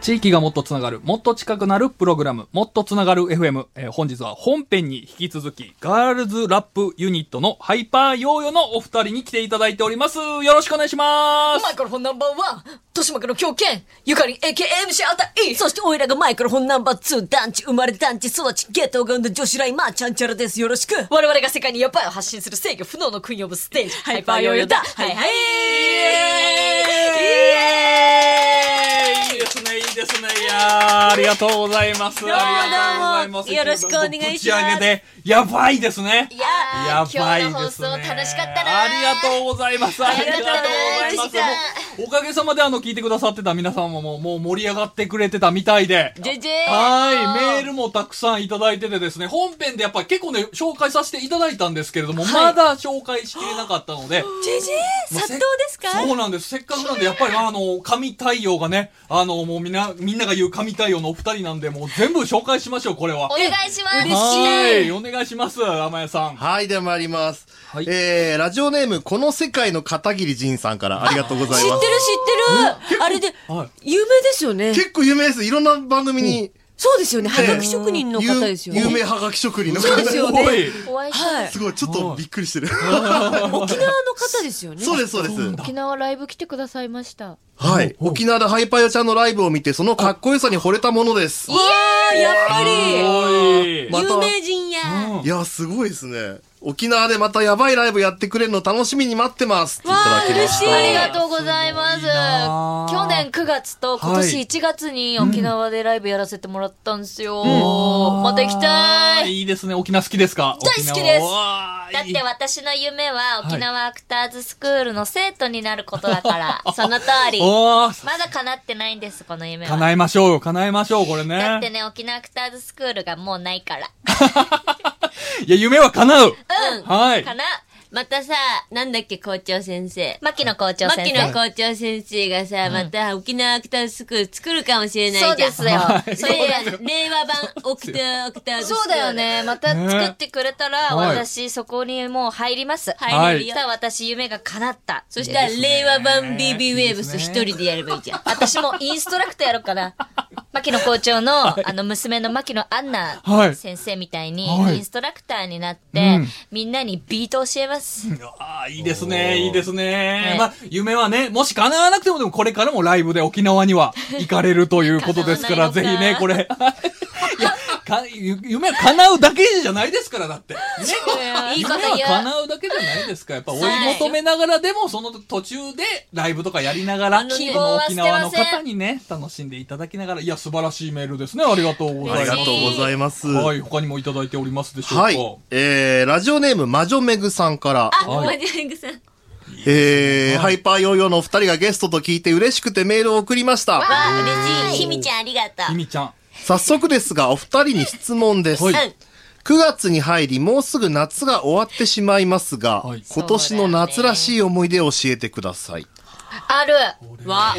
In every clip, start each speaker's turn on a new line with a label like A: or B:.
A: 地域がもっとつながる、もっと近くなるプログラム、もっとつながる FM。えー本日は本編に引き続き、ガールズラップユニットのハイパーヨーヨのお二人に来ていただいております。よろしくお願いし ま
B: マ
A: す。
B: イクロフォンナンバーワン、豊島区の狂犬、ゆかりん AKM シアター E。そして、おいらがマイクロフォンナンバーツー、団地生まれ団地育ち、ゲートが生んだ女子ライマー、ちゃんちゃらです。よろしく。我々が世界にやばいを発信する制御不能のクイーンオブステージ、ハイパーヨーヨーだ。はいはい。イエーイ
A: いいですね、いいですね。いやーありがとうございます。
B: うも
A: ありがとうございます。
B: よろしくお願いします
A: ぶち上げで、やばいですね。
B: いや
A: やばいですね。
C: 今日の放送楽しかったな
A: ありがとうございます。ありがとうございま
C: ありがとうご
A: す
C: ざいま。
A: もうおかげさまであの聞いてくださってた皆さんももうもう盛り上がってくれてたみたいで。
B: ー、ジェジェ
A: はーい、メールもたくさんいただいててですね、本編でやっぱり結構ね、紹介させていただいたんですけれども、まだ紹介しきれなかったので、
B: ジェジェ
A: もう
B: 殺
A: せ
B: 到ですか
A: そうなんです。せっかくなんで、やっぱり、あの、神対応がね、あの、もうみんな、みんなが言う神対応のお二人なんで、もう全部紹介しましょう、これは
C: お。願いします。
B: 嬉し
A: はい、お願いします、甘谷さん。
D: はい、では参ります。
A: はい
D: えー、ラジオネーム、この世界の片桐仁さんからありがとうご
B: 知っ
D: ざ
B: て
D: い
B: る
D: ま
B: 知ってるあれで
A: は、
B: 有名ですよね
D: す。。結構有名です。いろんな番組に、
B: そうですよね。はがき職人の
D: 有
B: 方ですよね。
D: 有名はがき職人の
B: そう
D: 方
B: ですよ
A: お
B: ね。
A: い
C: お会いした、
B: はい。
D: すごい、ちょっとびっくりして る。
B: 沖縄の方ですよね。
D: そうです、そうです。
C: 沖縄ライブ来てくださいました。
D: はい。沖縄でハイパーヨちゃんのライブを見て、そのかっこよさに惚れたものです。
B: わあ、やっぱり
A: おい
D: また
B: 有名人や。わ
D: いや、すごいですね。沖縄でまたやばいライブやってくれるの楽しみに待ってます。っていただ
B: あ、
D: きま
B: 嬉
D: し
B: しい。
D: た。
C: ありがとうございます。
A: すごいなあ
C: 去年9月と今年1月に沖縄でライブやらせてもらったんですよ。また行きたい。
A: いいですね、沖縄好きですか
C: 大好きですだ
A: だ
C: って私の夢は沖縄アクターズスクールの生徒になること だから、その通り。
A: おー、
C: まだ叶ってないんです、この夢は。
A: 叶えましょうよ、叶えましょう、これね。
C: だってね、沖縄アクターズスクールがもうない から。
A: いや、夢は叶う
C: うん。
A: はい。
C: かな
B: またさ、なんだっけ、校長先生。
C: 牧野校長
B: 牧
C: 先生。
B: 野校長先生がさ、また沖縄アクタースクール作るかもしれないじゃん。
C: そうですよ。
B: それは令和版オクタアクターズスクール。
C: そうだよ。ね。また
A: ね
C: 作ってくれたら、
A: はい
C: 私、そこにもう入ります。
A: 入れるよ
C: さあ、私、夢が叶った。
B: そ
C: そし、
B: してたら令和版
A: いいですね
B: BB ウェーブス一人でやればいいじゃん。
C: 私もインストラクターやろうかな。牧野校長の、あの、娘の牧野アンナ
A: はい
C: 先生みたいに、
A: はい
C: インストラクターになって、
A: うん
C: みんなにビート教えます。
A: ああ、いいですね、いいですね
C: は。い
A: まあ、夢はね、もし叶わなくても、でもこれからもライブで沖縄には行かれるということですから、ぜ
C: 叶
A: ひ
C: わないの
A: ね、
C: か
A: これ。 いやかゆ夢は叶うだけじゃないですから、だって。ね、
C: いい
A: 夢
C: こと
A: は
C: 言う。
A: 叶うだけじゃないですから、やっぱ追い求めながらでも、その途中でライブとかやりながら、こ
C: 希望
A: の
C: は捨
A: 沖
C: てません
A: 縄の方にね、楽しんでいただきながら、いや、素晴らしいメールですね。ありがとうご
D: あ
A: ざいま
D: り
A: す。
D: がとうございます。は。
A: はいい、他にもいただいておりますでしょうか。
D: えー、ラジオネーム、魔女めぐさんから、
B: あ、
A: は
B: マ
A: い
B: ジングさん。
D: えー、ハイパーヨーヨーのお二人がゲストと聞いて嬉しくてメールを送りました。
B: あ、嬉しい。ひみちゃんありがと
A: ひ
B: う。
A: みちゃん。
D: 早速ですが、お二人に質問です。
A: はい
B: うん。
D: 9月に入り、もうすぐ夏が終わってしまいますが、
A: はい
D: 今年の夏らしい思い出を教えてください。
C: ある。
B: わ、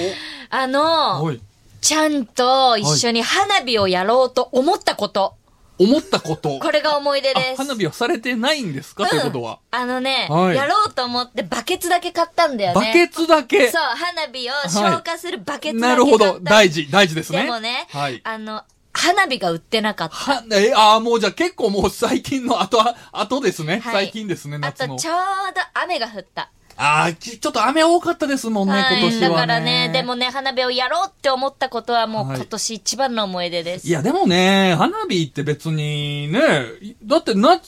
C: あの、
A: はい。
C: ちゃんと一緒に花火をやろうと思ったこと。
A: 思ったこと。
C: これが思い出です。
A: あ花火はされてないんですか、ということは。
C: あのね、
A: はい
C: やろうと思ってバケツだけ買ったんだよね。
A: バケツだけ
C: そう、花火を消化するバケツ
A: な
C: だけ買った、
A: るほど。大事、大事ですね。
C: でもね、
A: はい。
C: あの、花火が売ってなかった。
A: は、え、ああ、もうじゃあ結構もう最近の、あとは、 あとですね。
C: はい
A: 最近ですね、
C: あ
A: 夏
C: と、
A: の。
C: ちょうど雨が降った。
A: ああ、きちょっと雨多かったですもんね、
C: はい、
A: 今年は、ね。
C: だからね、でもね、花火をやろうって思ったことはもう
A: はい
C: 今年一番の思い出です。
A: いや、でもね、花火って別にね、いだってな、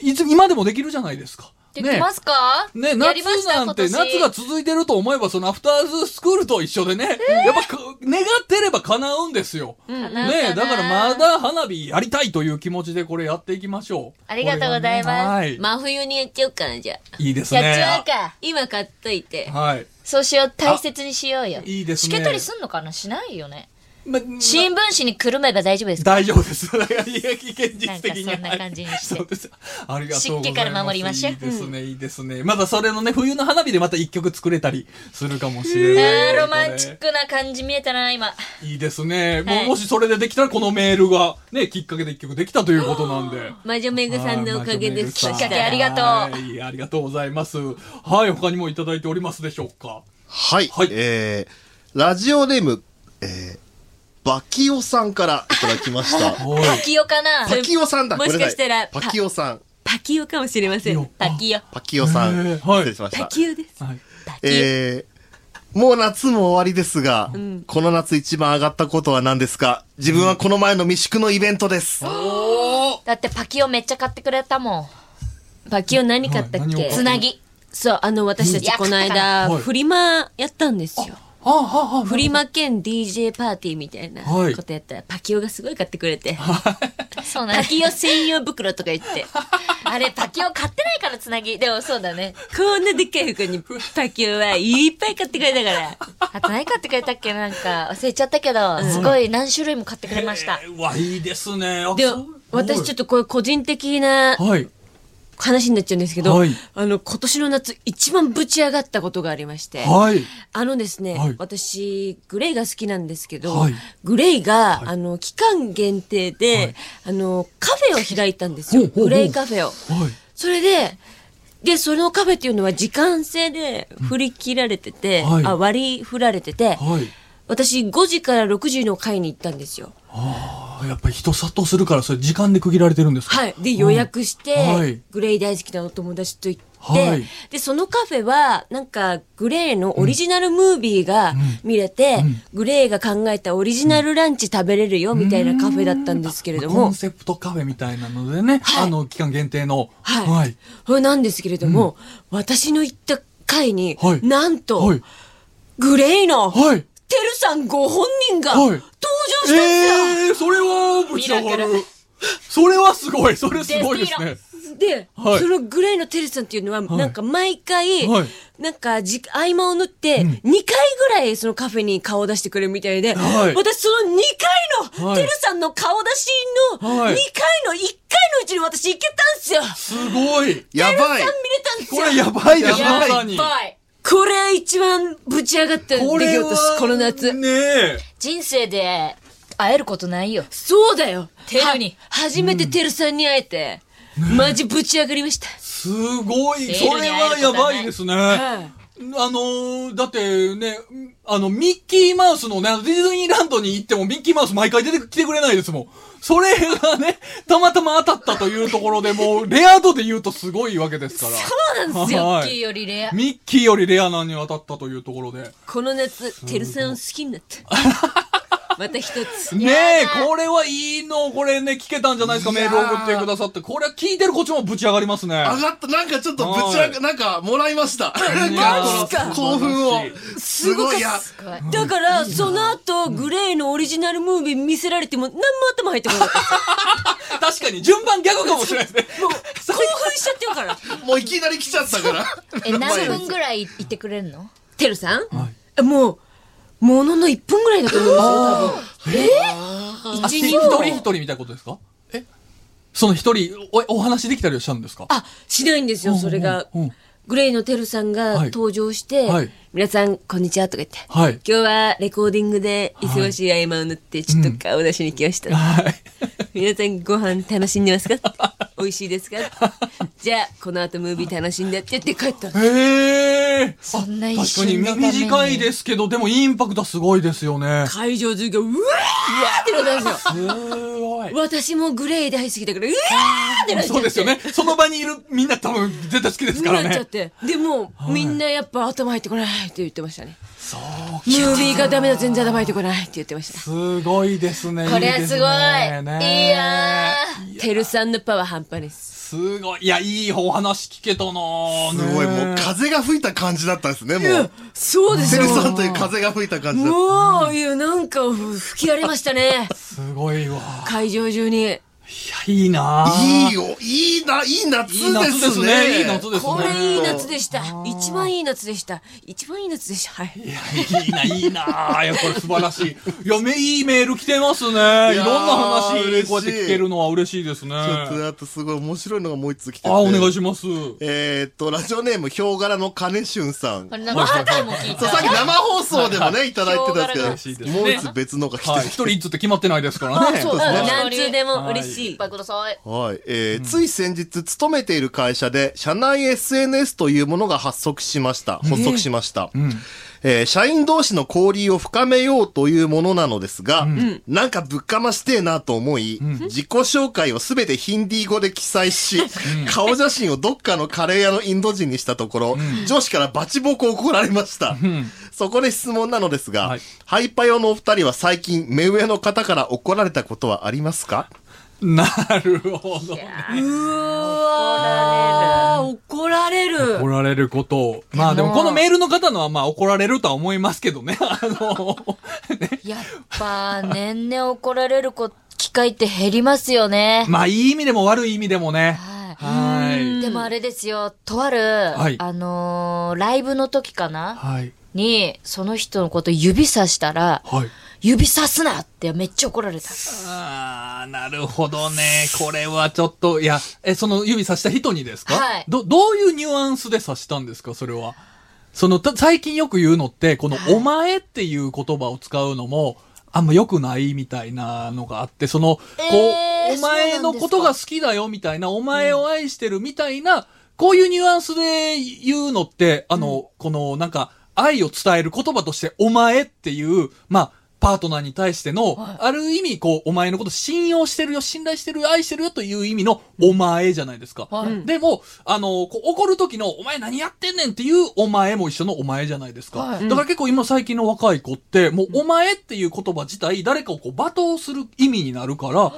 A: いつ、今でもできるじゃないですか。
C: できますか
A: ね、
C: や
A: 夏
C: りました
A: なんて、
C: 今
A: 夏
C: 年
A: が続いてると思えば、そのアフターズスクールと一緒でね、やっぱか、願ってれば叶うんですよ。
C: うん
A: ね
C: 叶うかな
A: だからまだ花火やりたいという気持ちでこれやっていきましょう。
C: ありがとうござ
A: これが
C: います
A: ねはい。
B: 真冬にやっちゃおうかな、じゃあ。
A: いいですね。
C: やっちゃうか。
B: 今買っといて。
A: はい。
C: そうしよう、大切にしようよ。
A: いいですね
C: しけたりすんのかなしないよね。
A: ま、
C: 新聞紙にくるめば大丈夫ですか
A: 大丈夫です。 だから、いや、現実的に。
C: なんかそんな感じにして
A: はいそうです。ありがとうございます。
C: 湿気から守りましょう
A: いいですね、いいですね。まだそれのね、冬の花火でまた一曲作れたりするかもしれない。
C: えーロマンチックな感じ見えたな、今。
A: いいですね。も
C: は
A: う
C: い
A: もしそれでできたら、このメールがね、きっかけで一曲できたということなんで。
B: 魔女めぐさんのおかげです。
A: はい
C: きっかけありがとう
A: はい、ありがとうございます。はい、他にもいただいておりますでしょうか。
D: はい。
A: はい
D: えー、ラジオネーム、えー、バキオさんからいただきました。
A: おい
C: パキオかな
D: パキオさんだ、
B: もしか
D: ごめんなさい
B: したら
D: パキオさん。
B: パキオかもしれません。パキオ。
D: パキオさん。
A: へーはい
D: 失礼しました
B: パ。キオです。
A: はい
B: パキオ。
D: えー、もう夏も終わりですが、この夏一番上がったことは何ですか自分はこの前の未宿のイベントです。
C: だってパキオめっちゃ買ってくれたもん。
B: パキオ何買ったっ
A: はい何を
B: け
A: 買
C: つなぎ。
B: そう、あの、私た
C: う
B: ち
C: ん
B: この
A: や
B: 間、
A: ったはい
B: フリマやったんですよ。
A: はあはあはあ
B: フリマ兼 DJ パーティーみたいな
A: はい
B: ことやったら、パキオがすごい買ってくれて、
C: そうなん
B: パ
C: だ。
B: キオ専用袋とか言って、
C: あれ、パキオ買ってないからつなぎ。でもそうだね。
B: こんなでっかい服にパキオはいっぱい買ってくれたから。
C: あと何買ってくれたっけなんか忘れちゃったけど、すごい何種類も買ってくれました。
A: えーうわ、いいですね。あ
B: で
A: そう、
B: 私ちょっとこれ個人的な
A: はい。
B: 話になっちゃうんですけど、
A: はい
B: あの、今年の夏一番ぶち上がったことがありまして、
A: はい。
B: あのですね、
A: はい
B: 私、グレイが好きなんですけど、
A: はい
B: グレイが、あの、期間限定で、あの、カフェを開いたんですよ。
A: ほうほうほう
B: グレイカフェを。
A: はい。
B: それで、で、そのカフェっていうのは時間制で振り切られてて、
A: うんはい
B: あ割り振られてて、
A: はい。
B: 私5時から6時の会に行ったんですよ。
A: ああ、やっぱり人殺到するから、それ時間で区切られてるんですか
B: はい。で、予約して、
A: はい
B: グレイ大好きなお友達と行って、
A: はい
B: で、そのカフェは、なんか、グレイのオリジナルムービーが見れて、
A: ん
B: グレイが考えたオリジナルランチ食べれるよ、みたいなカフェだったんですけれど
A: コ
B: も
A: ン、セプトカフェみたいなのでね、
B: はい
A: あの、期間限定の。
B: はい。
A: はい。
B: これなんですけれども、私の行った会に、
A: はい
B: なんと、
A: はい。
B: グレイの、
A: はい。
B: てるさんご本人が、
A: はい
B: 登場したんですよ、
A: ええー、それは、ぶち上がる。それはすごい。それすごいですね。
B: で、
A: はい
B: そのグレイのテルさんっていうのは、
A: い
B: なんか毎回、
A: はい
B: なんかじ合間を縫って、
A: うん
B: 2回ぐらいそのカフェに顔を出してくれるみたいで、
A: はい
B: 私その2回の、
A: はい
B: テルさんの顔出しの2
A: は
B: 回
A: い
B: の1回のうちに私行けたんすよ、
A: すごい。
D: やばい
B: 見れたんす
A: こ
B: よ
A: れやばいです、
D: やば
A: ま
D: い
A: さに。
C: はい。
B: これ一番ぶち上がった出来
A: これは
B: 事です、この夏。
A: ねえ。
C: 人生で会えることないよ。
B: そうだよ。
C: テルに
B: は初めてテルさんに会えて、マジぶち上がりました。
A: すごい。
C: セ
A: そ
C: ール
A: れ
C: に会え
A: は
C: る
A: や
C: ことは
A: ば
C: ない
A: いですね。
B: はい
A: あのー、だってね、あの、ミッキーマウスのね、ディズニーランドに行ってもミッキーマウス毎回出てきてくれないですもん。それがね、たまたま当たったというところでもう、レア度で言うとすごいわけですから。そうなんです
C: ミッキーよりレア。
A: ミッキーよりレアなのに当たったというところで。
B: この夏、てるさんを好きになった。また一つ。
A: ねえ、これはいいの、これね、聞けたんじゃないですか、
D: い
A: メ
D: や
A: ー
D: ー
A: ル送ってくださって。これは聞いてるこっちもぶち上がりますね。
D: 上がった、なんかちょっとぶち上
A: は
D: が、なんかもらいました。
A: い
D: なん
B: マジか
D: か この興奮を。すごい、いや、
C: すごい。
B: だから、その後、グレイのオリジナルムービー見せられても、何も頭入ってこなかった。
A: 確かに、順番ギャグかもしれないですね。
B: もう、興奮しちゃってるから。
D: もういきなり来ちゃったから。
C: え、何分ぐらいいてくれるの
B: てるさん、
A: は
B: もう、ものの1分ぐらいだと思うんですよ、多分。
A: あ一人一人みたいなことですかえその一人お、お話できたりはしたんですか
B: あ、しないんですよ、それが
A: うんうんうん。
B: グレイのてるさんが
A: はい
B: 登場して、
A: はい
B: 皆さん、こんにちは、とか言って。
A: はい。
B: 今日はレコーディングで忙しい合間を縫って、ちょっと顔出しに来まし た。
A: はい。
B: 皆さんご飯楽しんでますか美味しいですかじゃあこの後ムービー楽しんでって言って帰ったの
A: へえ。
C: そんな一
A: 確かに
C: 瞬のために
A: 短いですけど、でもインパクトはすごいですよね。
B: 会場中がうわーってなったんで
A: す
B: すよ
A: ごい。
B: 私もグレー大好きだからうわーってなっちゃって
A: そうですよね。その場にいるみんな多分絶対好きですから
B: なっちゃっ
A: ね。
B: てでもうみんなやっぱ頭入ってこないって言ってましたね
A: そう
B: ムービーがダメだ全然頭入ってこないって言ってまし
A: すごいですね。
C: これはす
A: で
C: ご
A: す
C: い。い
A: ね
C: やー。
B: たてるさんのパワー半端です
A: すごい。いや、いいお話聞けたな
D: す
A: す
D: ごい、もう風が吹いた感じだったんですね、もう。
B: そうです
D: セ
B: よ
D: ルさんという風が吹いた感じだっ
B: もういやなんか吹き荒れましたね
A: すごいわ。
B: 会場中に
A: いや、いいな
D: た。いい
A: よ。
D: よ、いいな、いい夏
A: いい夏で
D: ですす
A: ね。
D: ね。
A: いい夏ですね。
B: これいい夏でした。一番いい夏でした。一番いい夏でした。はい。
A: いや、いいな、いいな。いや、これ素晴らしい。いや、めいいメール来てますね。い
D: いやー
A: ろんな話、
D: 嬉しい
A: こうやって聞けるのは嬉しいですね。
D: ちょっと
A: あ、
D: あとすごい面白いのがもう一つ来てて。
A: お願いします。
D: えーっと、ラジオネーム、ヒョウ柄の金俊さん。
C: これなんか何回も聞い。
D: そう、さったき生放送でもね、いただいてたん
C: ヒョウ柄が嬉
D: で
A: し
D: す
A: い
D: け
A: です
D: ど、
A: ね
D: もう一つ別のが来
A: はい。
D: て
A: 一
D: て。
A: 人一つって決まってないですからね。
D: そうですね
B: 何通でも嬉
C: いっぱいください。
D: はい。えーつい先日、勤めている会社で、社内 SNS というものが発足しました。発足しました。えー社員同士の交流を深めようというものなのですが、なんかぶっかましてえなと思い、自己紹介をすべてヒンディー語で記載し、顔写真をどっかのカレー屋のインド人にしたところ、上司からバチボコを怒られました。そこで質問なのですが、
A: はい
D: ハイパヨのお二人は最近、目上の方から怒られたことはありますか
A: なるほど。
B: あー怒られる。
A: 怒られることを。まあでもこのメールの方のはまあ怒られるとは思いますけどね。あの、
C: やっぱ、年々怒られるこ機会って減りますよね。
A: まあいい意味でも悪い意味でもね。
C: はい。
A: はい。
C: でもあれですよ、とある、
A: い
C: あのーライブの時かな
A: はい。
C: に、その人のこと指さしたら、
A: はい。
C: 指さすなってめっちゃ怒られた。
A: ああ、なるほどね。これはちょっと、いや、え、その指さした人にですか
C: はい
A: ど、どういうニュアンスで指したんですかそれは。その、た最近よく言うのって、この、お前っていう言葉を使うのも、あんま良くないみたいなのがあって、その、こう、
C: えー
A: お前のことが好きだよみたいな、お前を愛してるみたいな、こういうニュアンスで言うのって、あの、この、なんか、愛を伝える言葉として、お前っていう、まあ、パートナーに対しての、ある意味、こう、お前のこと信用してるよ、信頼してるよ、愛してるよという意味の、お前じゃないですか。
C: はい
A: でも、あの、こう怒る時の、お前何やってんねんっていう、お前も一緒のお前じゃないですか。
C: はい
A: だから結構今最近の若い子って、もう、お前っていう言葉自体、誰かをこう、罵倒する意味になるから、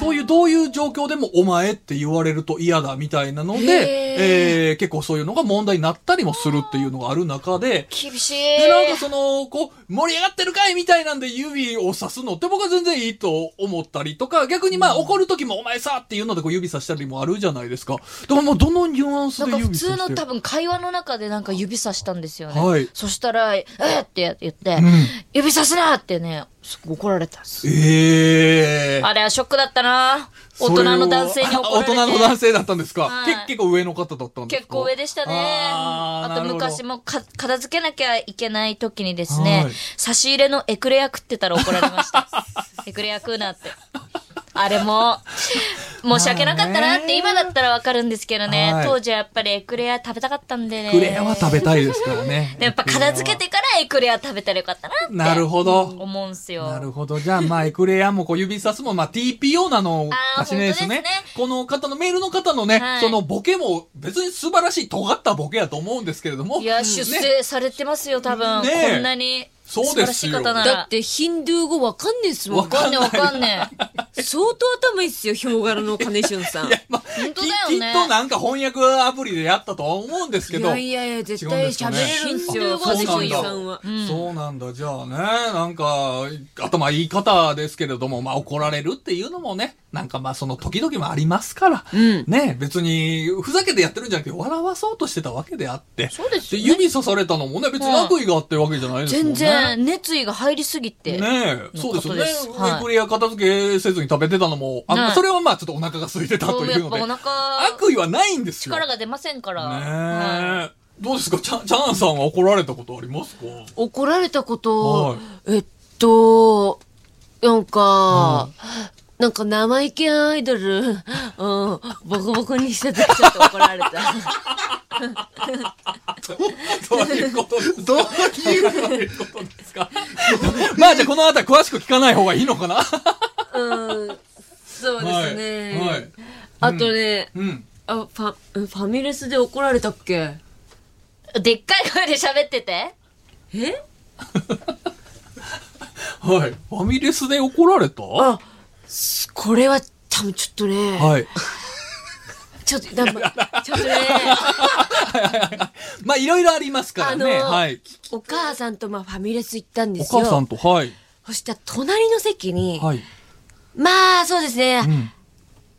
A: そういうどういう状況でもお前って言われると嫌だみたいなので、えー結構そういうのが問題になったりもするっていうのがある中で、
C: 厳しい。
A: で、なんかその、こう、盛り上がってるかいみたいなんで指をさすのって僕は全然いいと思ったりとか、逆にまあ怒る時もお前さっていうのでこう指さしたりもあるじゃないですか。だからもうどのニュアンス
C: なん
A: で
C: か普
A: 指さして
C: 通の多分会話の中でなんか指さしたんですよね。
A: はい
C: そしたら、えーって言って、
A: ん
C: 指さすなってね、すごい怒られたんです。
A: ええー。
C: あれはショックだったな大人の男性に怒られて
A: あ大人の男性だったんですか、
C: はい
A: け結構上の方だったんですか
C: 結構上でしたね。
A: あ
C: あ
A: ー
C: と
A: なるほど
C: 昔もか片付けなきゃいけない時にですね、
A: はい
C: 差し入れのエクレア食ってたら怒られま した。エクレア食うなって。あれも、申し訳なかったなって今だったらわかるんですけどね、
A: はい
C: 当時はやっぱりエクレア食べたかったんでね。
A: クレアは食べたいですから ね。
C: やっぱ片付けてからエクレア食べたらよかったなって。
A: なるほど
C: 思うんすよ。
A: なるほど。じゃあ、まあ、エクレアもこう指さすも、まあ、TPO なのかしれないですね。
C: あー本当ですね
A: この方のメールの方のね、
C: はい
A: そのボケも別に素晴らしい、尖ったボケやと思うんですけれども。
C: いや、出
A: ね
C: 世されてますよ、多分。
A: ねえ
C: こんなに。
A: そうですよ
C: 素晴らしい方な
B: だっ
C: ら。
B: てヒンドゥー語わかんねえっすも
A: わ
B: ん。
A: かんない
C: わかんねえ。
B: 相当頭いいっすよ、ヒョウ柄のカネシュンさん。い
A: まあ
C: 本当
A: き
C: だよ
A: きっ
C: ね
A: となんか翻訳アプリでやったとは思うんですけど。
B: やいやいや、絶対喋れるんすよ、
C: ヒンド
B: カ
C: ゥ
B: ネ
C: ー
B: シュ
C: 語で
B: ン
C: しょ
B: さんは。
A: そうなんだ。じゃあね、なんか、頭いい方ですけれども、まあ怒られるっていうのもね、なんかまあその時々もありますから、
B: ん
A: ね、別にふざけてやってるんじゃなくて笑わそうとしてたわけであって、
C: そうですよね
A: で指さされたのもね、別に悪意があってるわけじゃないですもん
C: 全
A: ね。
C: 然熱意が入りすぎて。
A: ねえ、そうですよね。
C: ですはい
A: エクレア片付けせずに食べてたのも、あの
C: ね
A: それはまあちょっとお腹が空いてた
C: そ
A: と
C: う
A: いう
C: や
A: の
C: っぱ
A: で
C: お、腹、
A: 悪意はないんですよ。
C: 力が出ませんから。はい
A: ねえ。どうですかチャンチャンさんは怒られたことあります か
B: 怒られたこと、
A: はい
B: えっと、なんか、なんか生意気なアイドル、うん、ボコボコにした時ちょっと怒られた。
A: どういうことですか
D: どういう、
A: どういうことですか まあじゃあこの辺り詳しく聞かない方がいいのか な
B: うん、そうですね。
A: はいはい
B: あとね、
A: うん。
B: あファ、ファミレスで怒られたっけ
C: でっかい声で喋ってて。
B: え
A: はい。ファミレスで怒られたは
B: あ、すこれは多分ちょっとね、
A: い。
B: ちょっと、だんまちょっとね、
A: まあいろいろありますからね。
B: あの
A: はい。
B: お母さんとまあファミレス行ったんで
A: お
B: すよ。
A: 母さんと、はい。
B: そしたら隣の席に、
A: はい。
B: まあそうですね、
A: うん。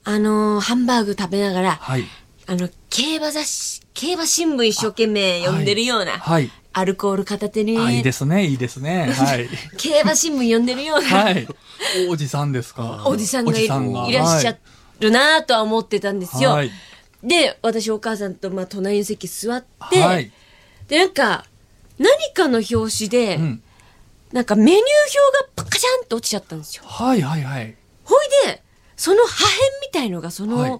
B: あのーハンバーグ食べながら、
A: はい。
B: あの、競馬雑誌、競馬新聞一生懸命読んでるような、
A: はい。
B: アルコール片手に、
A: あ、いいですね、いいですね。はい。
B: 競馬新聞読んでるような、
A: はい。おじさんですか。
B: おじさんがいいらっしゃ
A: は
B: るなぁとは思ってたんですよ。
A: はい
B: で、私お母さんと、まあ、隣の席座って、
A: いはい。
B: で、なんか、何かの表紙で、
A: うん。
B: なんかメニュー表がパカチャンと落ちちゃったんですよ。
A: はいはいはい。
B: ほいで、その破片みたいのがその、
A: はい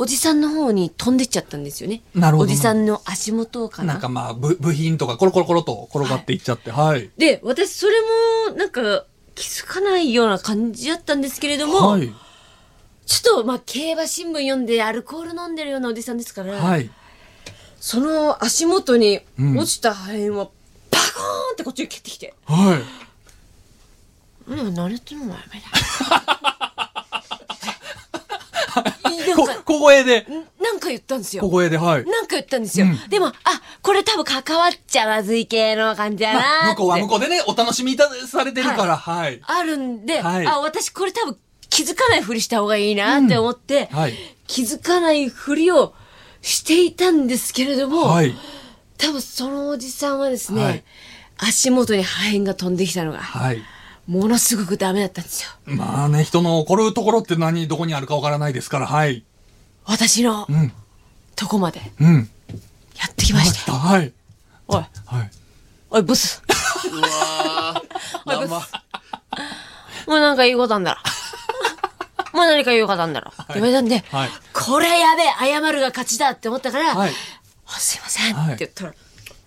B: おじさんの方に飛んでっちゃったんですよね。
A: なるほど
B: おじさんの足元かな。
A: なんかまあ、部部品とかコロコロコロと転がっていっちゃって、はい。
B: で、私それもなんか気づかないような感じだったんですけれども、
A: はい。
B: ちょっとまあ競馬新聞読んでアルコール飲んでるようなおじさんですから、
A: はい。
B: その足元に
A: うん
B: 落ちた破片はバコーンってこっちに蹴ってきて、
A: はい。
B: うん、何やってんのお前みたいななん
A: こ
B: か、
A: 小声で、
B: なんか言ったんですよ
A: 小。声で、はい。
B: なんか言ったんですよ。でも、あ、これ多分関わっちゃまずい系の感じだなー
A: まあ、
B: って
A: 向こうは向こうでね、お楽しみいたされてるから、はい。
B: あるんで、
A: はい
B: あ、私これ多分気づかないふりした方がいいなって思って、
A: はい
B: 気づかないふりをしていたんですけれども、
A: はい。
B: 多分そのおじさんはですね、
A: はい
B: 足元に破片が飛んできたのが、
A: はい。
B: ものすごくダメだったんですよ。
A: まあね、人の怒るところって何、どこにあるかわからないですから、はい。
B: 私の
A: うん。
B: とこまで
A: うん。
B: やってきまし
A: 来
B: た
A: た
B: よ。
A: はい。
B: おい、
A: はい。
B: おい、ブス。
D: うわ
B: おい、ブス。もうなんか言うことあんだろ。 もう何か言うことあんだろ。って言われたんで、
A: はい
B: これやべえ、謝るが勝ちだって思ったから、
A: はい
B: あすいません、
A: はい
B: って言ったら、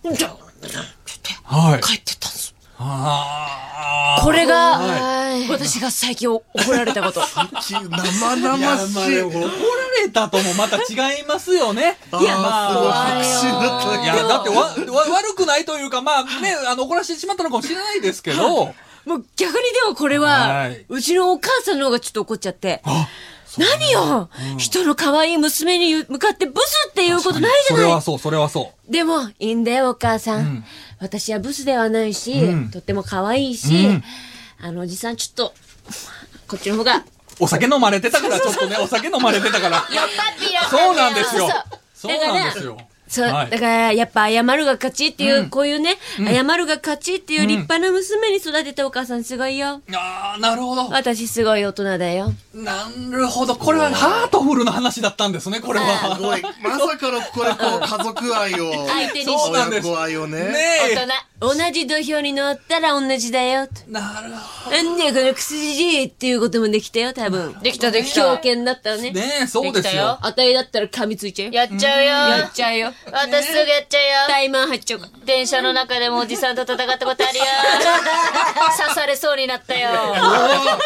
B: うんじゃあ、うんじゃあって言って、
A: はい。
B: 帰ってったんです。
A: あー
B: これが、
A: は
B: 私が最近怒られたこと。
D: ーき生々
A: いやまあ
D: しい。
A: でもこれ怒られたともまた違いますよね。
D: いや
A: まあ
D: すごい拍手だったけど
A: いや、だってわ、わ、悪くないというか、まあね、あの、怒らせてしまったのかもしれないですけど、
B: もう逆にでもこれは、
A: はいう
B: ちのお母さんの方がちょっと怒っちゃって、
A: あ、
B: 何よ、人の可愛い娘に向かってブスっていうことないじ
A: そ
B: ゃ
A: れ
B: ない
A: はそう、それはそ
B: でも、いいんだよ、お母さん。
A: うん
B: 私はブスではないし、
A: うん
B: とっても可愛いし、
A: うん
B: あの、おじさん、ちょっと、こっちの方が、
A: う。お酒飲まれてたから、ちょっとね、お酒飲まれて たから。
C: やっぱピラ
A: そうなんですよ。
B: そ
A: そうう
B: そう
A: なんですよ。
B: そう、
A: はい
B: だから、やっぱ、謝るが勝ちっていう、
A: うん
B: こういうね、謝るが勝ちっていう立派な娘に育てたお母さん、すごいよ。
A: ああ、なるほど。
B: 私、すごい大人だよ。
A: なるほど。これはハートフルな話だったんです ね、これは。
D: すごい。まさかのこれ、こう、家族愛を。
B: 相手にして
A: そうなんです
D: 親子愛をね。
A: ね
C: 大
A: え。
C: 人
B: 同じ土俵に乗ったら同じだよ。
A: なるほ
B: なんで、このくすじっていうこともできたよ、多分。
C: できたでき
B: 狂
C: た
B: 犬だったらね。
A: ど。ねえ、そうですよ。
B: あたいだったら噛みついちゃうよ。
C: やっちゃう
B: や
C: よ
B: っちゃうよ。
C: 私すぐやっちゃうよ
B: タイマー入っちゃうから。
C: 電車の中でもおじさんと戦ったこと あるよ刺されそうになったよあ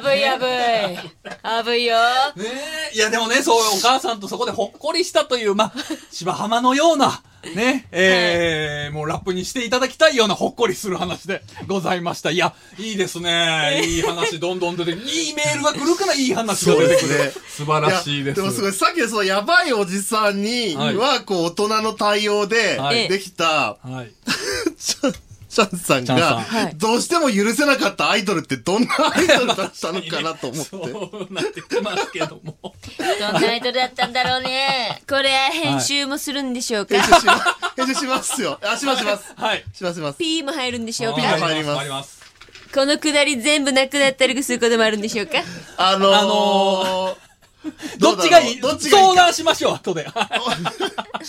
C: ぶいあぶいあぶいよ
A: ねえ、いやでもね、そう、お母さんとそこでほっこりしたという、 まあ、芝浜のような、ね、えー、もうラップにしていただきたいようなほっこりする話でございました。いや、いいですね。いい話どんどん出て、いいメールが来るからいい話が
D: そう
A: 出
D: で
A: てく
D: す
A: る。
D: ね。
A: 素晴らしいです。
D: やもすごい、さっきのそのやばいおじさんに
A: はい
D: は、こう、大人の対応で
A: はい、
D: でき
A: は
D: た、
A: い。
D: チャンチャンさん
A: チャンさん
D: が
B: はい、
D: どうしても許せなかったアイドルってどんなアイドルだったのかなと思って。
A: そうなってきますけども。
C: どんなアイドルだったんだろうね
B: これ、編集もするんでしょうか、
D: 編集します。編集しますよ。あ、しますします。
A: はい。
D: しますします。
B: ?P も入るんでしょう
D: ピー
B: か
D: も入ります
A: 入ります。
B: このくだり全部なくなったりすることもあるんでしょうか
D: あのー、
A: あのど
D: どう
A: っち
D: だろう
A: がいい
D: どっちがいい
A: 相
D: か
A: 談しましょう、後 で。
D: 大丈夫で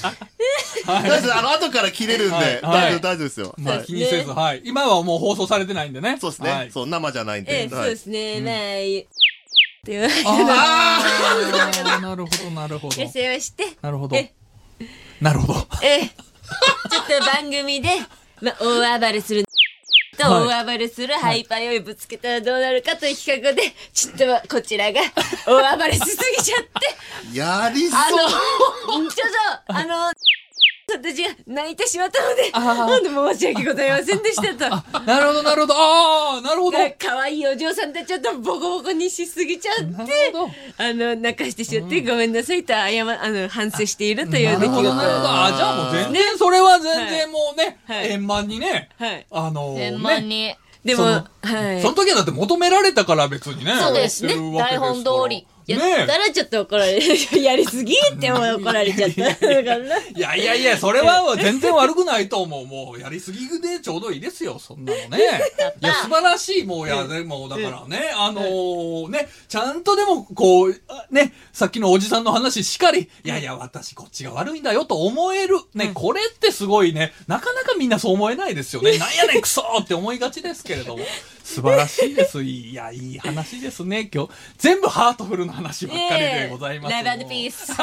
D: すあの、後から切れるんで、
A: はいは
D: 大丈夫、
A: い
D: 大丈夫ですよ。
A: まあ
D: はい
A: 気にせず、はい。今はもう放送されてないんでね。
D: そうです
A: は
D: ね。
A: い
D: そう、生じゃないん
B: え
D: で
B: え、。そう
D: はい
B: ですね。まあ、いい。っていうわけで
A: ああなるほど、なるほど。
B: 訂正をして、
A: なるほど
B: え。
A: なるほど。
B: ええ、ちょっと番組で、まあ、大暴れする。と
A: はい
B: 大暴れするハイパーよりぶつけたらどうなるかという企画で、ちょっとまあこちらが大暴れしすぎ ちゃって、
D: やりそう
B: あの、ちょっと、あの、私が泣いてしまったので、本当申し訳ございませんでしたと。
A: なるほど、なるほど。ああなるほど。なる
B: 可愛いお嬢さんたちょっとボコボコにしすぎち ゃって、
A: ほど。
B: あの、泣かしてしまって、ごめんなさいと謝、あの、反省しているという
A: な
B: 出
A: る
B: 来
A: ほど、なるほ
B: 事。
A: ど。あ、じゃあもう全然、それは全
B: はい
A: 然もうね、
B: はい
A: 円満にね、
B: はい
A: あのーね、
C: 円満に
B: でも、
A: その
B: はい
A: そ。の時はだって求められたから別にね。
C: そうですね
A: やってるわけですから
C: 台本通り
B: や
A: ね
B: ったらちょっと怒られ る。やりすぎってもう怒られちゃった。だからな。
A: いやいやいや、それは全然悪くないと思う。もう、やりすぎでちょうどいいですよ、そんなの ね。いや、素晴らしい、もう、いや、でも、だからね、あのーね、ちゃんとでも、こう、あね、さっきのおじさんの話しかり、いやいや、私こっちが悪いんだよと思える。ね、これ ってすごいね、なかなかみんなそう思えないですよね。なんやねん、クソーって思いがちですけれども。素晴らしいです。いや、いい話ですね、今日。全部ハートフルな話ばっかりでございます。
B: ライブアンドピース。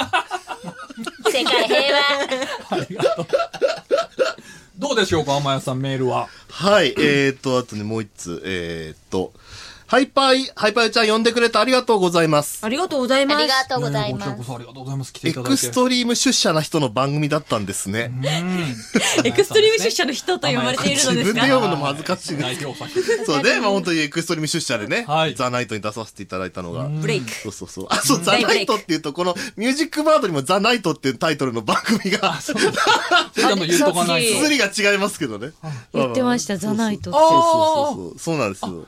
C: 世界平 和。
A: ありがとう。どうでしょうか、天谷さん、メールは。
D: はい、えーと、あとね、もう一つ、えーと、ハイパイ、ハイパイちゃん呼んでくれてありがとうございます。
B: ありがとうございます。
C: ありがとうござい
A: こちら
C: ま
A: こ
C: す。
A: そありがとうございます。来て
D: エ
A: いただい
D: ク
A: て。
D: ストリーム出社な人の番組だったんですね。
B: エクストリーム出社の人と呼ばれているの
D: 自
B: で
D: 分
B: す
D: で
B: が。
D: 読むのも恥ずかしいです
A: 代。表作。
D: そうね、まあ本当にエクストリーム出社でね、
A: はい
D: ザ・ナイトに出させていただいたのが。
B: ブレイク。
D: そうそうそう。あ、そう、ザ・
B: 大ブ
D: ナ
B: レ
D: イ
B: イク
D: トっていうと、このミュージックバードにもザ・ナイトっていうタイトルの番組が、
A: それちゃんと言うとかないと。
D: 綴りが違いますけどね。
C: 言ってました、ザナイトって。
D: そうそうそう。そうなんですよ。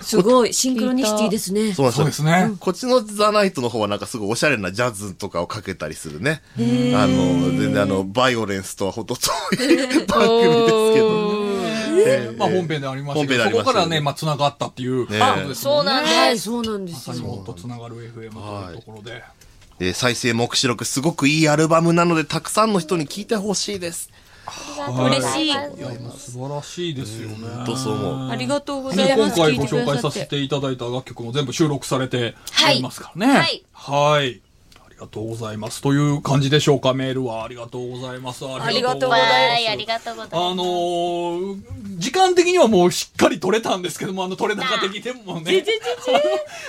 B: すごい、シンクロニシティですね。
D: そうなんです
A: そう
D: よ
A: ですね。
D: こっちのザ・ナイトの方はなんかすごいおしゃれなジャズとかをかけたりするね。あの、全然あの、バイオレンスとはほど遠い番組ですけど。えー
A: まあ本編でありましたけ
D: 本編で
A: ど、
D: あ
A: そ
D: り
A: こか
D: ましたけど
A: らね、まあ繋がったっていうこと
D: ね
A: です
C: そう
A: ね。
C: なんで
B: は
C: す。
B: い、そうなんで
A: ますさに
B: よ。
A: もっと繋がる FM というところで。
D: えー再生目視録すごくいいアルバムなのでたくさんの人に聴いてほしいです。
C: 嬉しい。
A: いや、もう素晴らしいですよね。
D: 本当そう思う。
B: ありがとうござ
A: ね
B: いま
A: 今
B: す。
A: 回
B: 聞
A: ご
B: いてく
A: 紹
B: だ
A: 介
B: さ
A: さ
B: っ
A: せ
B: て。
A: ていただいた楽曲も全部収録されてお
C: はい
A: りますからね。
C: はい
A: はい。ありがとうございます。という感じでしょうか、メールは。ありがとうございます。ありがとうございます。
C: はい、ありがとうございます。
A: あのー、時間的にはもうしっかり取れたんですけども、あの、取れ高的でもね。あ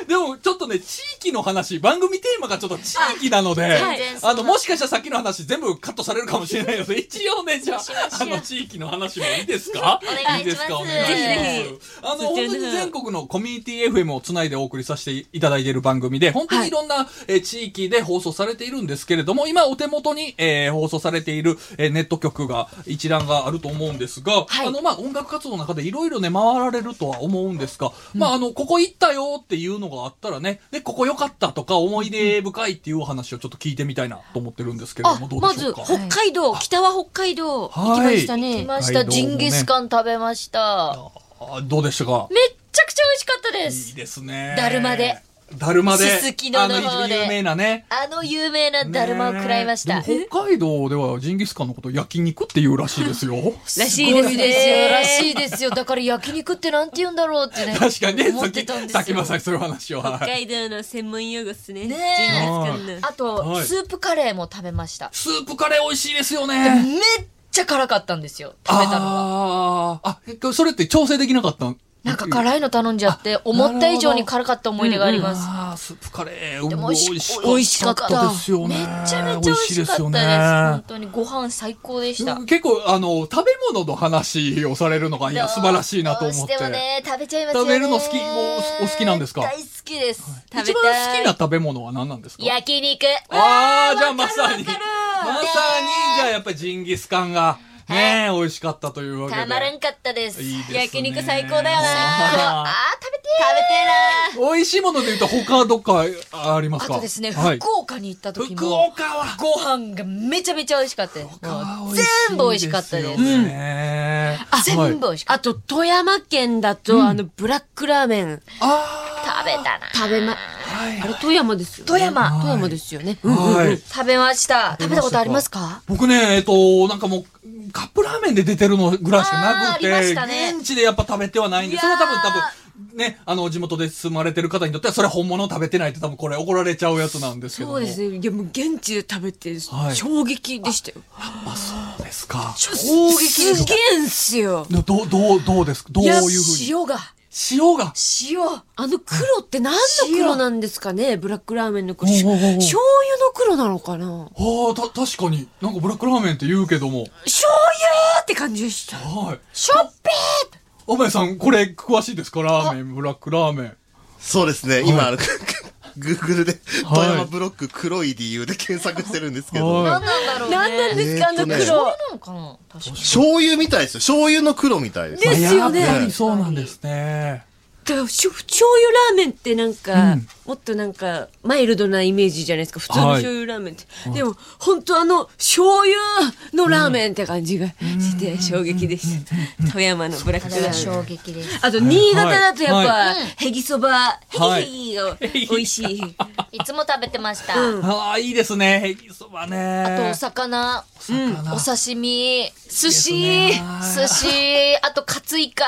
A: の でも、ちょっとね、地域の話、番組テーマがちょっと地域なので、
C: 全然
A: あの、もしかしたらさっきの話全部カットされるかもしれないので、一応ね、じゃあ、あの、地域の話もいいですか
C: お願いします
A: ですかお願いし
B: ぜひぜ
A: ます。あの、本当に全国のコミュニティ FM をつないでお送りさせていただいている番組で、本当にいろんな、えー地域で放送されているんですけれども、今お手元に、えー放送されている、えーネット局が、一覧があると思うんですが、
B: はい
A: あの、まあ、音楽活動の中でいろいろね、回られるとは思うんですが、まあ、あの、ここ行ったよっていうのがあったらね、で、ここ良かったとか、思い出深いっていうお話をちょっと聞いてみたいなと思ってるんですけれど
B: あ
A: も、ど、う
B: ま
A: でしょ
B: ず、
A: うか。
B: 北海道、北は北海道、行
A: はい
B: きました
C: 行き
B: ね。
C: まし
A: 北海道も
C: た、
A: ね
C: ジンギスカン食べました。
A: あどうでしたか
C: めっちゃくちゃ美味しかったで
A: いい
C: す。
A: ですね。
C: だるまで。
A: だるまで。
C: すすきのの
A: あ
C: 方で
A: 有名なね。
C: あの有名なだるまを食らいました。
A: ねえでも北海道ではジンギスカンのこと焼肉っていうらしいですよ。
B: らしいですね。
C: らしいですよ。だから焼肉ってなんて言うんだろうってね。
A: 確かにね、
C: 思
A: さ
C: っ
A: ってき、
C: たんです
A: さ
C: よ
A: っきまさにそういう話を。はい
B: 海道の専門用語っすね。
C: ねえ
A: ジンギス
C: あと、
A: はい
C: スープカレーも食べました。
A: スープカレー美味しいですよね。
C: めっちゃ辛かったんですよ。食べたのが。
A: あーあ、えっとそれって調整できなかった
C: なんか辛いの頼んじゃって、思った以上に辛かった思い出があります。
A: あースープカレー、
C: で
A: うん
C: も
A: 美
C: 美味し
A: 味し
C: 美味し
A: か
C: か
A: っ
C: った
A: たですよね。
C: めちゃめちゃ美味しかったです。本当にご飯最高でした。
A: 結構、あの、食べ物の話をされるのが、いや、素晴らしいなと思って。
C: どうしてもね、食べちゃいますよ
A: 食
C: ね。
A: べるの好き、もうお好きなんですか
C: 大好きです。食
A: 一
C: べ
A: 番
C: たい。
A: 好きな食べ物は何なんですか
C: 焼肉。
A: ああ、じゃあまさに。まさに、じ
C: ね
A: ゃあやっぱりジンギスカンが、ねえ、美味しかったというわけで。
C: たまらんかったです。
A: いいですね
C: 焼肉最高だ
A: あ
C: よな。あー、食べてー食べてーな
A: 美味しいもので言うと他どっかあります
C: あ
A: か
C: とですね、
A: はい
C: 福岡に行った時
A: 福
C: も、
A: 岡は
C: ご飯がめちゃめちゃ美味しかったです。もう全部美味しかったです。
A: すよね。
C: あ
A: はい
C: 全部美味しか
B: あ
C: った。
B: と、富山県だと、あの、ブラックラーメン、
A: あ
C: 食べたな。
B: 食べま、
A: はい
B: あれ、富山ですよね。
C: 富山
B: 富山ですよね。
A: ー。はい。
C: 食べました。
A: 食
C: 食
A: べ
C: べ
A: ましたか
C: たことありますか
A: 僕ね、えっと、なんかもう、カップラーメンで出てるのぐらいしかなくて、
C: あーありましたね
A: 現地でやっぱ食べてはないんで、
C: いや
A: そ
C: ー
A: れは多分多分、ね、あの、地元で住まれてる方にとっては、それは本物を食べてないと多分これ怒られちゃうやつなんですけども。
B: そうですね。いや、もう現地で食べて、
A: はい
B: 衝撃でしたよ。
A: そうですか。
B: 衝撃すげえんすよ。
A: ど、どどう、どうですかどう
B: い
A: いう
B: や
A: ふうに
B: 塩が、
A: 塩が。
B: 塩。あの黒って何の黒なんですかねブラックラーメンの黒。
A: おう
B: し
A: おうお
B: 醤
A: う
B: 油の黒なのかな
A: ああ、た、確かに。なんかブラックラーメンって言うけども。
B: 醤油って感じでした。
A: はい。
B: しょっぺ
A: おめさん、これ詳しいですかラーメン、ブラックラーメン。
D: そうですね、今、あの、 グーグルで、富
A: はい
D: 山ブロック黒い理由で検索してるんですけど、
A: はい
C: 何なんだろうね。
B: 何なん
C: で
B: ですかあ
D: えー
B: の
D: とね
B: 黒。
C: なのかな確かに。
D: 醤油みたいですよ。醤油の黒みたいです。
B: ですよね
A: やっぱりそうなんですね。
B: だしょ醤油ラーメンってなんか、もっとなんかマイルドなイメージじゃないですか普通の
A: はい
B: 醤油ラーメンって、でも本当あの醤油のラーメンって感じがして衝撃でした富山のブラック
C: あ
B: ラ
C: れ
B: ー
C: は
B: メン
C: 衝撃です。
B: あと新潟だとやっぱ、
A: は
B: へぎそば
A: は
B: へ
A: い
B: ぎへぎが美味しい、
C: いつも食べてました。
B: うん
A: ああ、いいですね。へぎそばね。
C: あ
A: あ
C: とお魚、お刺身、
B: 寿司
C: 寿司、あとカツイカ。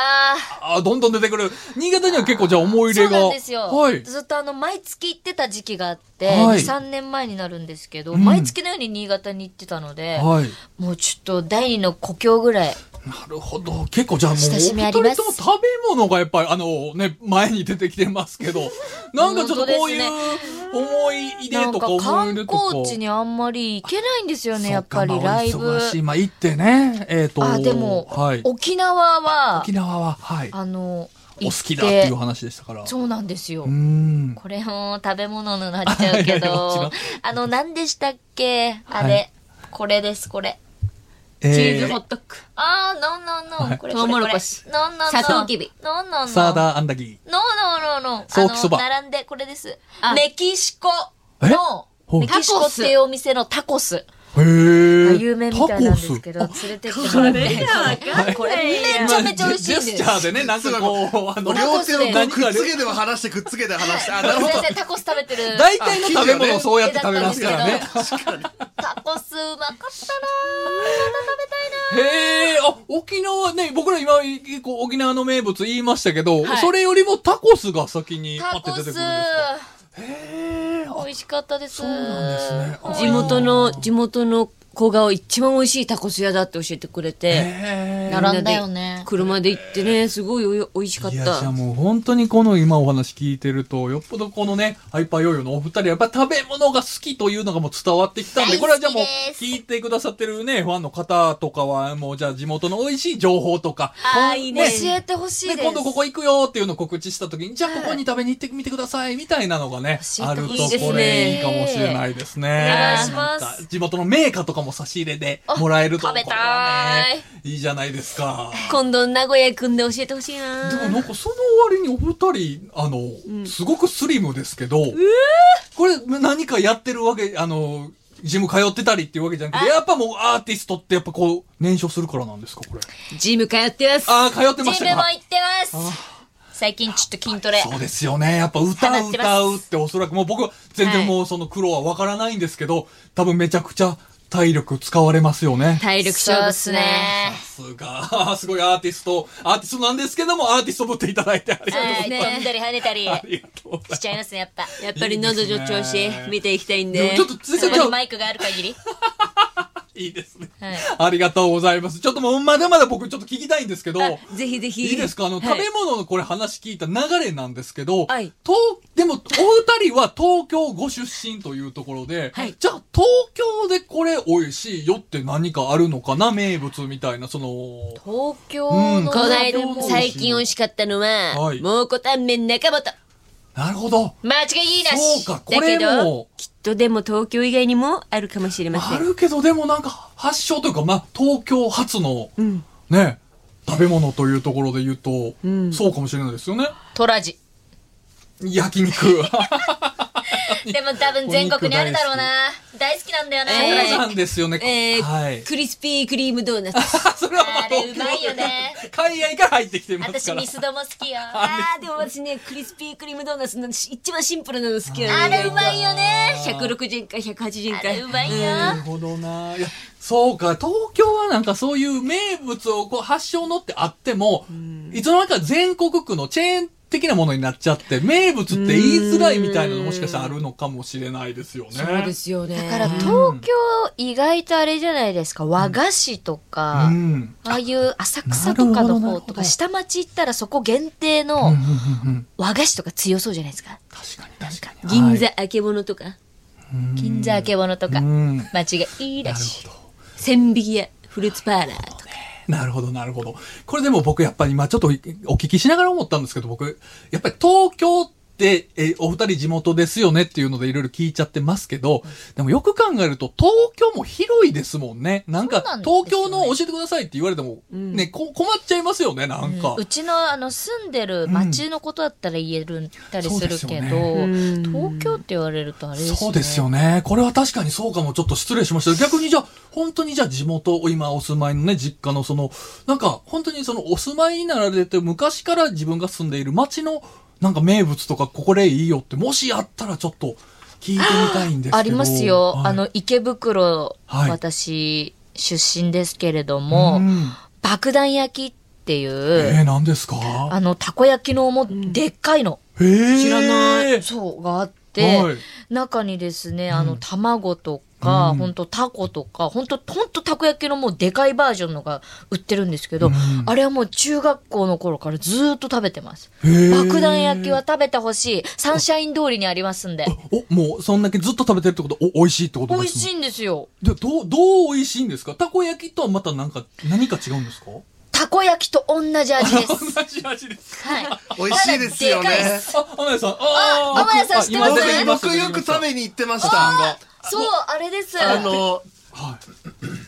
A: あ、どんどん出てくる。新潟には結構じゃあ思 い入
C: そう
A: れが。
C: なんですよ。
A: はい。
C: ずっとあの、毎月行ってた時期があって、
A: はい
C: 3年前になるんですけど、
A: ん
C: 毎月のように新潟に行ってたので、
A: はい。
C: もうちょっと第二の故郷ぐらい。
A: なるほど。結構じゃあもう、お
C: 親しみあ
A: 二
C: りま
A: 人
C: す
A: とも食べ物がやっぱり、あのね、前に出てきてますけ ど、なんかちょっとこういう思い入
C: な
A: れ
C: ん
A: と
C: か
A: か思い
C: 観
A: 入れとか。
C: 光地にあんまり行けないんですよね、やっぱ
A: そ
C: り
A: うかまあ
C: ライ
A: お
C: ブ。
A: 忙しい。まあ行ってね。えっ、と。
C: あ、でも、
A: はい。
C: 沖縄は
A: 沖、縄は、はい。
C: あの、
A: お
C: 行
A: 好
C: っ
A: き
C: て
A: だっていう話でしたから。
C: そうなんですよ。
A: うーん。
C: これも食べ物になっちゃ うけ
A: いやいやもちろ
C: ど
A: ん、
C: あの、何でしたっけあ
A: はい
C: れ。これです、これ。
A: え
B: チ
A: ー
B: ーズホットク
C: あー、ノンノンノン。これ、これ、これ。
B: トウモロコシ
C: ノンノンノン。
B: サトウキビ。
C: ノンノンノン。
A: サーダーアンダギー。
C: ノンノンノンノン。
A: ソーキそば
C: あの並んで、これです
B: あ。
C: メキシコ
A: え
C: の、
A: ほう
C: メキシコっていうお店のタコス。
A: へえ。
C: 有名みたいなんですけど、
A: タ
C: 連
A: コス
C: れてってもらって。これ、めちゃめちゃ美味しい
A: ジェス
C: んです
A: チャ。ーでね、なんかこう、あの、
D: 両手をこ
A: 何
D: う
A: か
D: く
A: ね
D: っつけては話してくっつけては話して。あ、なるほど
C: 先。生、タコス食べてる。
A: 大体の食べ物をそうやって食べますからね。
C: タコスうまかったな
A: へえ、あ、沖縄ね、僕ら今、結構沖縄の名物言いましたけど、それよりもタコスが先にパ
C: タ
A: ッて出
C: コ
A: てくるんです
C: ス
A: か。へえ、あ、
C: 美味しかったです。そう
A: なんですねあ
B: 地元の地元の子が一番美味しいタコス屋だって教えてくれて
A: へえ。
C: 並んだよね。
B: 車で行ってねすごいおい美味しかっ
A: いや、じゃあ
B: た
A: もう本当にこの今お話聞いてると、よっぽどこのね、ハイパーヨーヨーのお二人、やっぱり食べ物が好きというのがもう伝わってきたんで、
C: 大好き
A: これはじゃあもう
C: です
A: 聞いてくださってるね、ファンの方とかは、もうじゃあ地元の美味しい情報とか、
B: あーいいね
C: 教えてほしい
A: で、
C: です。
A: 今度ここ行くよっていうのを告知した時に、じゃあここに食べに行ってみてください、みたいなのがね、
C: 教
A: あ
C: えて
A: る
C: ほ
A: と
C: しいですね
A: これいいかもしれないですね。
C: お願いします
A: なんか地元のメーカーとかも差し入れでもらえると
C: あ食べたい
A: これはねいいじゃないですか。
B: 今度名古屋行くんで教えてほしいな
A: でもなんかその割にお二人、あの、すごくスリムですけど、これ何かやってるわけ、あの、ジム通ってたりっていうわけじゃなくて、やっぱもうアーティストってやっぱこう、燃焼するからなんですか、これ。
B: ジム通ってます
A: ああ、通ってまし
C: ジ
A: た
C: ムも
A: か。
C: 行ってます。最近ちょっと筋トレ。
A: そうですよね。やっぱ歌
C: 放
A: を
C: って
A: 歌う
C: ま
A: っておそらくもう僕は全然もうその苦労はわからないんですけど、多分めちゃくちゃ体力使われますよね。
B: 体力勝負っすね
A: さすが、 すごいアーティスト、アーティストなんですけども、アーティストぶっていただいてありがとうござい
C: はい、
B: ね
C: 飛んだり跳ねたり
A: ます。ありがとうございま
C: し
A: す。
C: ちゃいますね、やっぱ。
B: やっぱり喉助長し見ていきたいん
A: で
B: で
A: もちょっと続い
C: そ
A: てじ
C: こ
A: ゃ
C: に
A: あ
C: マイクがある限り。
A: いいですね。
C: はい。
A: ありがとうございます。ちょっともうまだまだ僕ちょっと聞きたいんですけど、
B: あぜひぜひ
A: いいですかあの、
B: はい
A: 食べ物のこれ話聞いた流れなんですけど、
B: はい
A: とでも、お二人は東京ご出身というところで、
B: はい
A: じゃあ東京でこれ美味しいよって何かあるのかな名物みたいな、その、
C: 東京の
B: この
C: 中でも
B: 間最近美味しかったのは
A: はい
B: 蒙古タンメン中本
A: なるほど。
C: 間違いいな
A: そう
C: し。
A: か、こ
B: だ
A: れ
B: けど
A: も、
B: きっとでも東京以外にもあるかもしれませ
A: あ
B: ん
A: るけど、でもなんか発祥というか、まあ、東京発の、
B: ん
A: ね、食べ物というところで言うと、
B: ん
A: そうかもしれないですよね。
C: トラジ。
A: 焼 肉。
C: でも多分全国にあるだろうな。大好きなんだよな、
A: そう
C: トラジ。
A: なんですよね。
B: えー
A: はい。
B: クリスピークリームドーナツ
A: それはま
C: あれうまいよね。
A: 海外から入ってきてます
C: 私
A: から
C: ミ。スドも好きよ。あ
B: あーでも私ねクリスピークリームドーナツの一番シンプルなの好きな
C: あ
B: の
C: れうまいよね。
B: 160円か180円
C: あ
B: か
C: れうまいよ。
A: なるほどな。いや、そうか、東京はなんかそういう名物をこう発祥のってあっても、いつの間にか全国区のチェーン的なものになっちゃって、名物って言いづらいみたいなのもしかしたらあるのかもしれないですよね。
B: そうですよね
C: だから東京意外とあれじゃないですか和菓子とか、
A: うん。
C: ああいう浅草と
A: な
C: かの
A: るほどなる
C: 方
A: ほ
C: と
A: ど
C: か下町行ったらそこ限定
A: うんう
C: の
A: んうんうん
C: 和菓子とか強そうじゃないですか
A: 確かに確かに。
B: 銀座あけぼのとか
C: 銀座あけぼのとか
A: うん
C: 間違いいいら
A: なる
C: し
A: ほど。
B: 千匹屋フルーツパーラーとか
A: なるほど、なるほど。これでも僕やっぱり今ちょっとお聞きしながら思ったんですけど、僕、やっぱり東京って、て、え、お二人地元ですよねっていうのでいろいろ聞いちゃってますけど、でもよく考えると東京も広いですもんね。なんか
C: そうなんですよね
A: 東京の教えてくださいって言われても、ね、こ困っちゃいますよね、なんか。
C: うちのあの住んでる町のことだったら言えるたりするけど、
B: うん
C: 東京って言われるとあれですね。
A: そうですよね。これは確かにそうかも。ちょっと失礼しました。逆にじゃあ、本当にじゃあ地元、今お住まいのね、実家のその、なんか、本当にそのお住まいになられて、昔から自分が住んでいる町の、なんか名物とか、ここでいいよって、もしあったらちょっと、聞いてみたいんですけど。
C: ありますよ。
A: はい
C: あの、池袋、
A: はい
C: 私、出身ですけれども、
A: うん
C: 爆弾焼きっていう、
A: えー、何ですか
C: あの、たこ焼きのもでっかいの、
A: えー、
C: 知らない、
A: え
C: そう、があって、
A: はい
C: 中にですね、あの、卵とか、
A: うん
C: ほんとタコとか、ほんと、ほんとたこ焼きのもうでかいバージョンのが売ってるんですけど、
A: うん
C: あれはもう中学校の頃からずーっと食べてます。
A: ー
C: 爆弾焼きは食べてほしい。サンシャイン通りにありますんで。
A: お、もう、そんだけずっと食べてるってこと、お、美味しいってこと
C: 美
A: です
C: 味しいんですよ。
A: でどう、どう美味しいんですかたこ焼きとはまたなんか、何か違うんですか
C: たこ焼きと同じ味です。
A: 同じ味です。
C: はい。
D: 美味しいですよね
C: ただでかいっ。
A: あ、天野さん。あ
C: あ天野さん知ってます
A: 今出てきました
D: 僕よく食べに行ってました。
C: そう、あれです。
D: あの、
A: は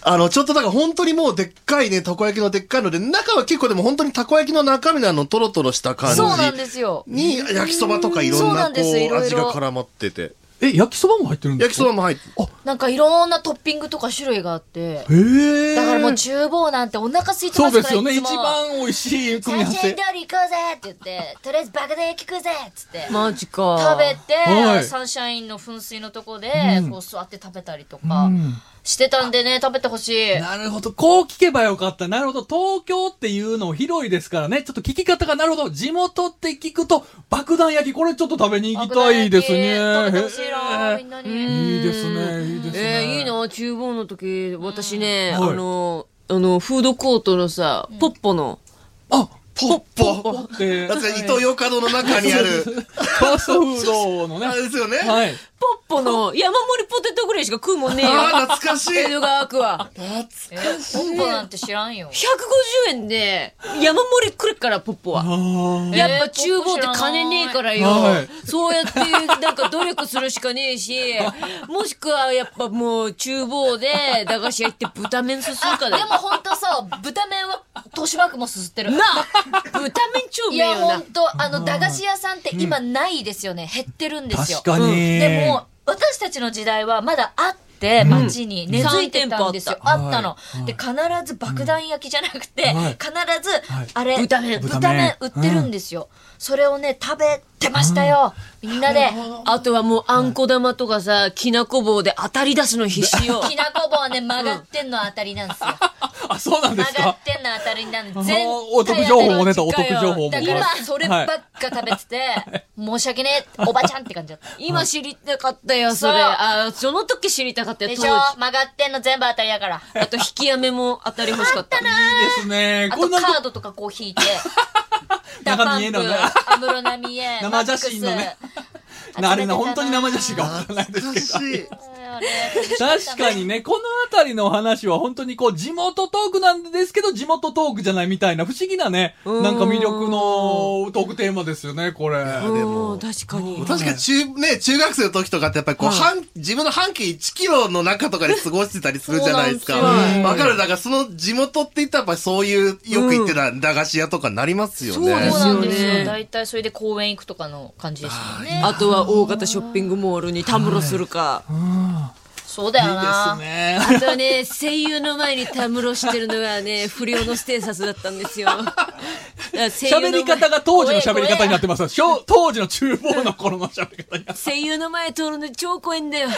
D: あの、ちょっとだから本当にもうでっかいね、たこ焼きのでっかいので、中は結構でも本当にたこ焼きの中身のあの、トロトロした感じ
C: そうなんですよ。
D: に、焼きそばとかいろ
C: そうんな
D: なんこ
C: です
D: う、
C: いろいろ
D: 味が絡まってて。
A: い。え、焼きそばも入ってるんで
D: 焼き
A: すか
D: そばも入って。
C: なんかいろんなトッピングとか種類があって。
A: へー
C: だからもう厨房なんてお腹空いて
A: そ
C: ま
A: う
C: す
A: で
C: か
A: す
C: ら
A: よね。
C: い
A: 一
C: つも
A: 番美味しい組み合わ
C: サンシャ
A: せ
C: イン。通り行こうぜって言って、とりあえず爆弾焼き食うぜっつって。
B: マジか。
C: 食べて、
A: はい
C: サンシャインの噴水のとこで、
A: うん
C: こう座って食べたりと
A: う
C: か
A: ん
C: してたんでね、食べてほしい。
A: なるほど。こう聞けばよかった。なるほど。東京っていうの広いですからね。ちょっと聞き方が、なるほど。地元って聞くと、爆弾焼き、これちょっと食べに行きたいですね。
C: 食べてほしいな、
A: へー
C: みんないに。
A: いいですね。いいです
B: えー、
A: ね。
B: いいな、厨房の時、私ね、
A: はい
B: あの、あの、フードコートのさ、ポッポの、
A: あ、
D: ポッポ
A: で
D: だって伊東洋華堂の中にある。
A: ファーストフードのね。
D: あれですよね。あ
A: はい。
B: ポッポの山盛りポテトぐらいしか食うもんねえよ。
D: あ、懐かしい。
B: 江戸川区は。
D: 懐
C: えー、ポンポなんて知らんよ。
B: 150円で山盛りくるから、ポッポは。
A: あ
B: やっぱ厨房って金ねえからよ、
A: はい
B: そうやってなんか努力するしかねえし、もしくはやっぱもう厨房で駄菓子屋行って豚麺すするか
C: で
B: だ
C: も
B: よ。
C: ほんとさ、豚麺は豊島区もすすってる。
B: なあ豚麺超う
C: い
B: めえ
C: や
B: よ
C: ほ。
B: なん
C: と、あの、駄菓子屋さんって今ないですよね。減ってるんですよ。
A: 確かに、
C: でも、私たちの時代はまだあって、街に根付いてたんですよ。
B: 3
A: 店舗あ
C: あ
A: っ
C: ったたの
A: はい。
C: で、必ず爆弾焼きじゃなくて、
A: はい
C: 必ず
A: はい、
C: あれ、
B: 豚麺
C: 豚麺売ってるんですよ。それをね、食べてましたよ。みんなで。
B: あとはもうあんこ玉とかさ、きなこ棒で当たり出すの必死 よ。
C: きなこ棒はね、曲がってんの当たりなんですよ。
A: あ、そうなんです
C: 曲が
A: か
C: っ。てんの当たりなんで、全
A: あ
C: 体
A: ーお得情報も出た、お
B: 当
A: 得
B: たりが
A: 情報も。
C: だから今そればっか食べてて、申し訳ねえ、おばちゃんって感じだった。
B: 今知りたかったよ、それ。
C: そう
B: あ、その時知りたかったよ、
C: で
B: 当
C: し
B: 時
C: ょ。曲 がってんの全部当たりだから。
B: あと引き飴も当たり欲しかった。
A: いいですね。
C: あ
A: ことんな
C: カ
A: ん
C: ードとかこう引 いて、ダパ
A: 中
C: ン
A: 見え
C: プ、
A: るのね。
C: 安室奈美恵、
A: 生写真のね
C: マックス
A: なあれな、本当に生写真がわからないですけ
D: かしい。
A: ど。確かにね、このあたりの話は本当にこう、地元トークなんですけど、地元トークじゃないみたいな、不思議なね、
B: うん
A: なんか魅力のトークテーマですよね、これ。
D: でも
B: うん、確かに。
D: 確かに中、ね、中学生の時とかってやっぱりこう、半、自分の半径1キロの中とかで過ごしてたりするじゃないですか。
B: そうなんです
A: よ
D: わかる。だからその地元って言ったらやっぱりそういう、よく行ってた駄菓子屋とかになりますよね。
B: そうで
C: そう
B: す
C: なんです
B: ですよね
C: よ。大体それで公園行くとかの感じですもんね。
B: あとは大型ショッピングモールにたむろするか。
C: そうだよ
A: です
C: な。
A: ね。
B: あとは ね、声優の前にたむろしてるのがね、不良のステーサスだったん ですよ。だから声優の前
A: 喋り方が当時の喋り方になってます。しょ当時の厨房の頃の喋り方 になって
B: 声優の前通るの超怖いんだよ。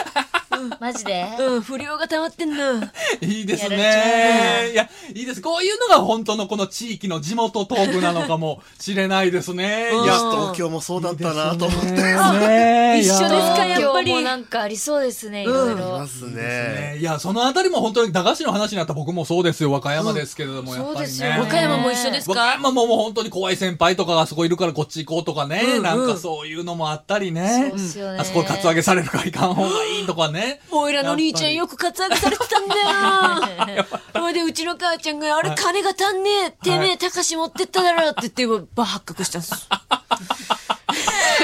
C: マジで
B: うん、不良が溜まってんの。
A: いいです
C: やら
A: ね。いや、いいです。こういうのが本当のこの地域の地元トークなのかもしれないですね。
B: うん
A: い
D: いや、
A: や、
D: 東京もそうだったなと思って。
A: ね
B: 一緒ですか
A: いや
B: やっぱり
C: 東京もなんかありそうですね、いろい
D: ありま
C: ろ。
D: す
A: ね
D: ね。
A: いや、そのあたりも本当に駄菓子の話になった僕もそうですよ。和歌山ですけれども、やっぱりね。
C: そうですよね
B: 和歌山も一緒です
A: 和歌
B: か
A: 山ももう本当に怖い先輩とかがあそこいるからこっち行こうとかね。
B: うんうん
A: なんかそういうのもあったりね。
C: そうっすよね
A: あそこカツアゲされるからいかん方がいいとかね。
B: おいらの兄ちゃんよくカツアゲされてたんだ よ。それでうちの母ちゃんが、あれ金が足んねえ、てめえ、たかし持ってっただろって言って、ば発覚したんです。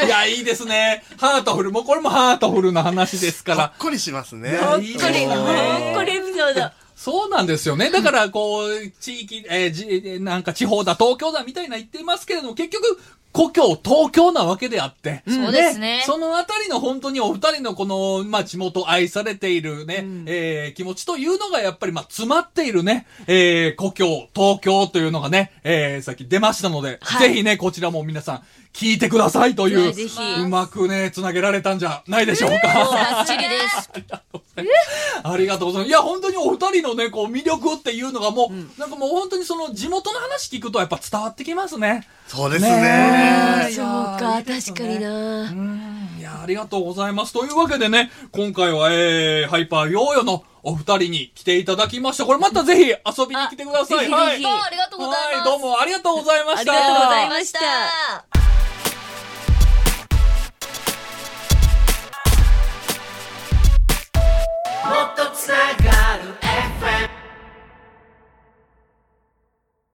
A: いや、いいですね。ハートフル。もうこれもハートフルな話ですか
D: ほっ
A: ら。
D: こりしますね。
A: や
B: ほっこ
A: いい
B: り、
A: で
B: ほ
A: すね
B: っこりエピソード。
A: そうなんですよね。だから、こう、地域、えーじ、えーなんか地方だ、東京だ、みたいな言ってますけれども、結局、故郷、東京なわけであって。
C: そうですね
A: そのあたりの本当にお二人のこの、まあ、地元愛されているね、えー気持ちというのがやっぱり、まあ、詰まっているね、えー故郷、東京というのがね、えーさっき出ましたので、
B: はい
A: ぜひね、こちらも皆さん、聞いてくださいという、
B: はいぜひ
A: うまくね、繋げられたんじゃないでしょうか。
C: バッチリです。
A: ありがとうございます。いや、本当にお二人のね、こう、魅力っていうのがもう、なんかもう本当にその地元の話聞くとやっぱ伝わってきますね。
D: そうです
A: ね
D: ね。
A: い
B: そう
A: やーい
B: か、
A: いです
B: 確
A: ね
B: かにな。
A: いや、ありがとうございます。というわけでね、今回は、えー、ハイパーヨーヨーのお二人に来ていただきました。これまたぜひ遊びに来てください。
B: あぜひぜひ
A: はい。
C: どうもありがとうございます。
A: はい、どうもありがとうございました。
B: ありがとうございました
C: ありがとうございました。